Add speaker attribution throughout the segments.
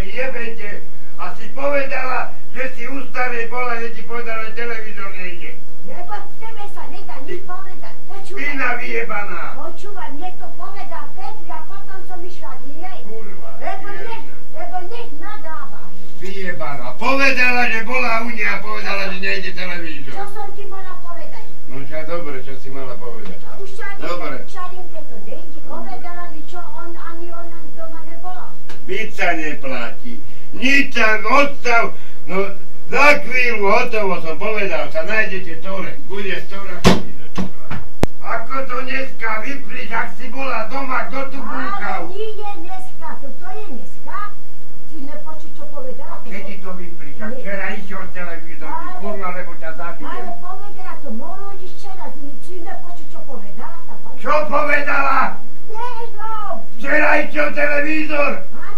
Speaker 1: jebete. A si povedala, že si u starej bola, že ti povedala, že televízor nejde.
Speaker 2: Lebo tebe sa nedá nič povedať.
Speaker 1: Pina
Speaker 2: Počúvaj,
Speaker 1: vyjebaná.
Speaker 2: počúvaj, mne to povedal Petri a potom som išla k nej.
Speaker 1: Kurva.
Speaker 2: Lebo nech,
Speaker 1: jedna.
Speaker 2: lebo nech nadávaš.
Speaker 1: Vyjebaná. Povedala, že bola u nej a povedala, že nejde
Speaker 2: Čo
Speaker 1: televízor.
Speaker 2: som ti mala povedať?
Speaker 1: No čo dobre, čo si mala povedať.
Speaker 2: A už čarinke,
Speaker 1: Dobre.
Speaker 2: čarinke to nejde. Povedala mi, čo on ani ona doma nebola.
Speaker 1: Nič sa neplatí. Nič sa odstav. No, za chvíľu hotovo som povedal, sa nájdete tore. Bude stora. bude stora. Ako to dneska vypríš, ak si bola doma, kto tu
Speaker 2: Ale
Speaker 1: búkal?
Speaker 2: nie je dneska, to, to je dneska. Si nepočuť, čo
Speaker 1: A
Speaker 2: povedala.
Speaker 1: kedy to vypríš? A včera išiel televízor, ty
Speaker 2: Ale-
Speaker 1: kurva, lebo ťa zabijem.
Speaker 2: Ale povedala to moloď včera, si nepočuť, čo povedala. tá pani.
Speaker 1: Čo povedala?
Speaker 2: Nejdom!
Speaker 1: Včera išiel televízor.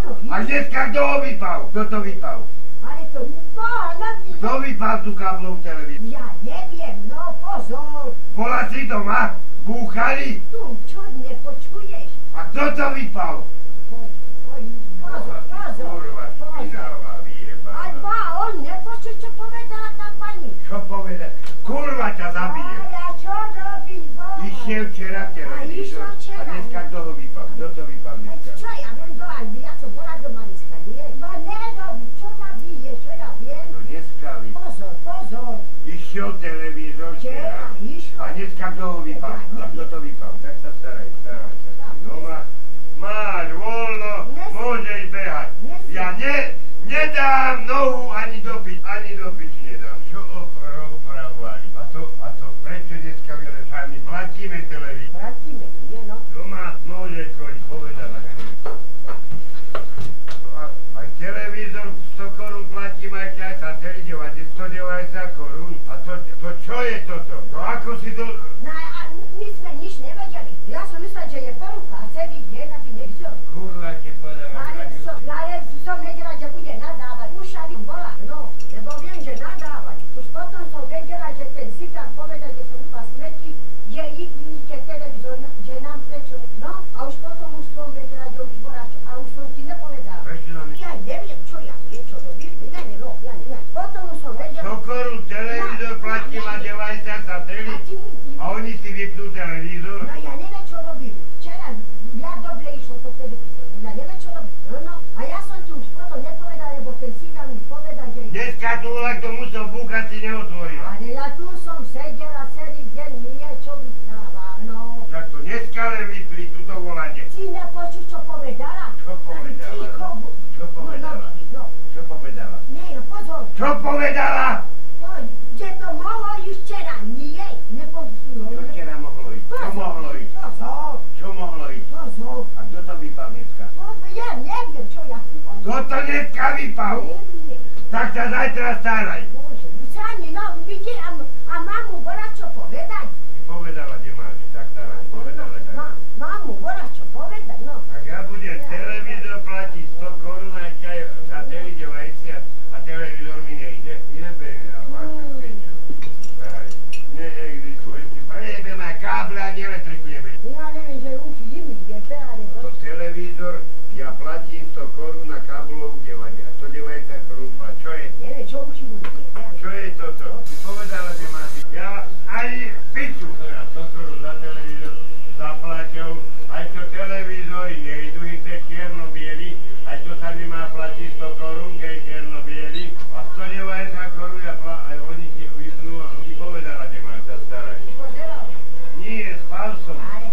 Speaker 2: Áno,
Speaker 1: A dneska kto ho vypal? Kto to vypal?
Speaker 2: ale to bola
Speaker 1: Kto vypal tú káblov televízor?
Speaker 2: Ja neviem, no pozor,
Speaker 1: Bola si doma? Búchali?
Speaker 2: tu čo nepočuješ?
Speaker 1: A kto to vypal?
Speaker 2: Oj, oj, pozor, pozor,
Speaker 1: Kurva,
Speaker 2: pozor.
Speaker 1: špinavá,
Speaker 2: A
Speaker 1: vyjebaná.
Speaker 2: dva, on nepočul, čo povedala tá pani.
Speaker 1: Čo povedať? Kurva ťa zabijem.
Speaker 2: Ale a čo robíš, Boha?
Speaker 1: Išiel včera televízor
Speaker 2: A
Speaker 1: a
Speaker 2: išlo včera.
Speaker 1: dneska kto ho vypal? Kto to vypal
Speaker 2: Veď
Speaker 1: dneska?
Speaker 2: čo ja viem, do Alby, ja som bola doma dneska, nie? No nerob, čo ma bije, čo ja viem?
Speaker 1: No dneska vypal.
Speaker 2: Pozor, pozor,
Speaker 1: Išiel televízor
Speaker 2: včera
Speaker 1: včera
Speaker 2: išlo.
Speaker 1: a dneska kto ho vypal? A kto to vypal? Tak sa staraj, staraj sa.
Speaker 2: Tak.
Speaker 1: Doma. Máš voľno,
Speaker 2: Dnes-
Speaker 1: môžeš behať.
Speaker 2: Dnes-
Speaker 1: Ja ne, nedám nohu ani do piči, ani do piči nedám. Čo opra- opravovali? A to, a to prečo dneska vyrešami? Platíme televízor.
Speaker 2: Vrátime, nie no.
Speaker 1: Doma môže koň povedala. A- Aj televízor 100 korún platím, aj ťa sa televízor 190 korún. A to, to čo je toto? To ako si to...
Speaker 2: No a my sme nič nevedeli. Ja som myslela, že je poruka a celý deň, aby nechcel.
Speaker 1: Kurva ti povedala.
Speaker 2: Ale som, ale som vedela, že bude nadávať. Už aby bola, no, lebo viem, že nadávať. Už potom som vedela, že ten Sikan povedal, že som iba smeti, že ich vidíte televízor, že nám prečo. No, a už potom už som vedela, že už bola, čo- a už som ti nepovedala.
Speaker 1: Prečo nám...
Speaker 2: Ja neviem, čo ja viem, čo robím. Ja neviem, ja neviem. Potom už som
Speaker 1: 100
Speaker 2: vedela.
Speaker 1: korún televízor
Speaker 2: No,
Speaker 1: platím
Speaker 2: no,
Speaker 1: a
Speaker 2: no.
Speaker 1: 90 za
Speaker 2: A
Speaker 1: tele.
Speaker 2: ti mi-
Speaker 1: A oni si vypnú televízor.
Speaker 2: No ja neviem, čo robím. Včera ja dobre išlo to televízor. Ja neviem, čo robím. No, no. ono? A ja som ti už potom nepovedal, lebo ten cigán mi povedal, že...
Speaker 1: Dneska tu volá, kto musel búchať, si neotvorila.
Speaker 2: Ale ja tu som sedela celý deň, nie čo vydáva, no.
Speaker 1: Tak to dneska len vypli, tuto volanie.
Speaker 2: Si nepoču, čo povedala? Znači,
Speaker 1: Čo povedala?
Speaker 2: Ani ticho bu-
Speaker 1: Čo
Speaker 2: no,
Speaker 1: povedala?
Speaker 2: No, no,
Speaker 1: Čo povedala?
Speaker 2: nie, no pozor,
Speaker 1: Čo povedala?
Speaker 2: to, že to mohlo ísť včera, nie, nepočulo.
Speaker 1: Čo včera mohlo ísť? Čo mohlo ísť?
Speaker 2: Pozor,
Speaker 1: Čo mohlo ísť?
Speaker 2: pozor,
Speaker 1: A kto to vypal dneska?
Speaker 2: pozor, ja neviem, čo ja ti
Speaker 1: Kto
Speaker 2: povedala.
Speaker 1: to dneska vypal?
Speaker 2: Neviem.
Speaker 1: Tak sa zajtra staraj.
Speaker 2: Bože, Sani, no, vidí, a, m- a mamu bola čo povedať?
Speaker 1: Povedala, kde máš, tak staraj. Povedala, tak.
Speaker 2: Ma, mamu bola čo povedať, no.
Speaker 1: Tak ja budem televízor platiť 100 korún a ešte aj za televízor 90 a televízor mi nejde. Jebe ja, vašu
Speaker 2: Mm.
Speaker 1: piču. Staraj. Neexistuje. Prejebe ma káble ani elektriku nebude.
Speaker 2: Ja neviem, že už zimy je, to ale
Speaker 1: To
Speaker 2: to...
Speaker 1: televízor, ja platím 100 korún na káblovú 90 190 korún. A čo je?
Speaker 2: Neviem, čo už zimy je, to ale...
Speaker 1: Čo je toto? Ty povedala, že má byť. Ja aj piču. Ja to ktorú za televízor zaplatil, aj to televízory nejdu, i te čierno bieli, aj to sa nemá platiť 100 korún, keď je čierno bieli. A 190 korún ja pla- aj oni ti vypnú a ti povedala, že máš sa starať.
Speaker 2: Pozerala.
Speaker 1: Nie, spal som.
Speaker 2: Ale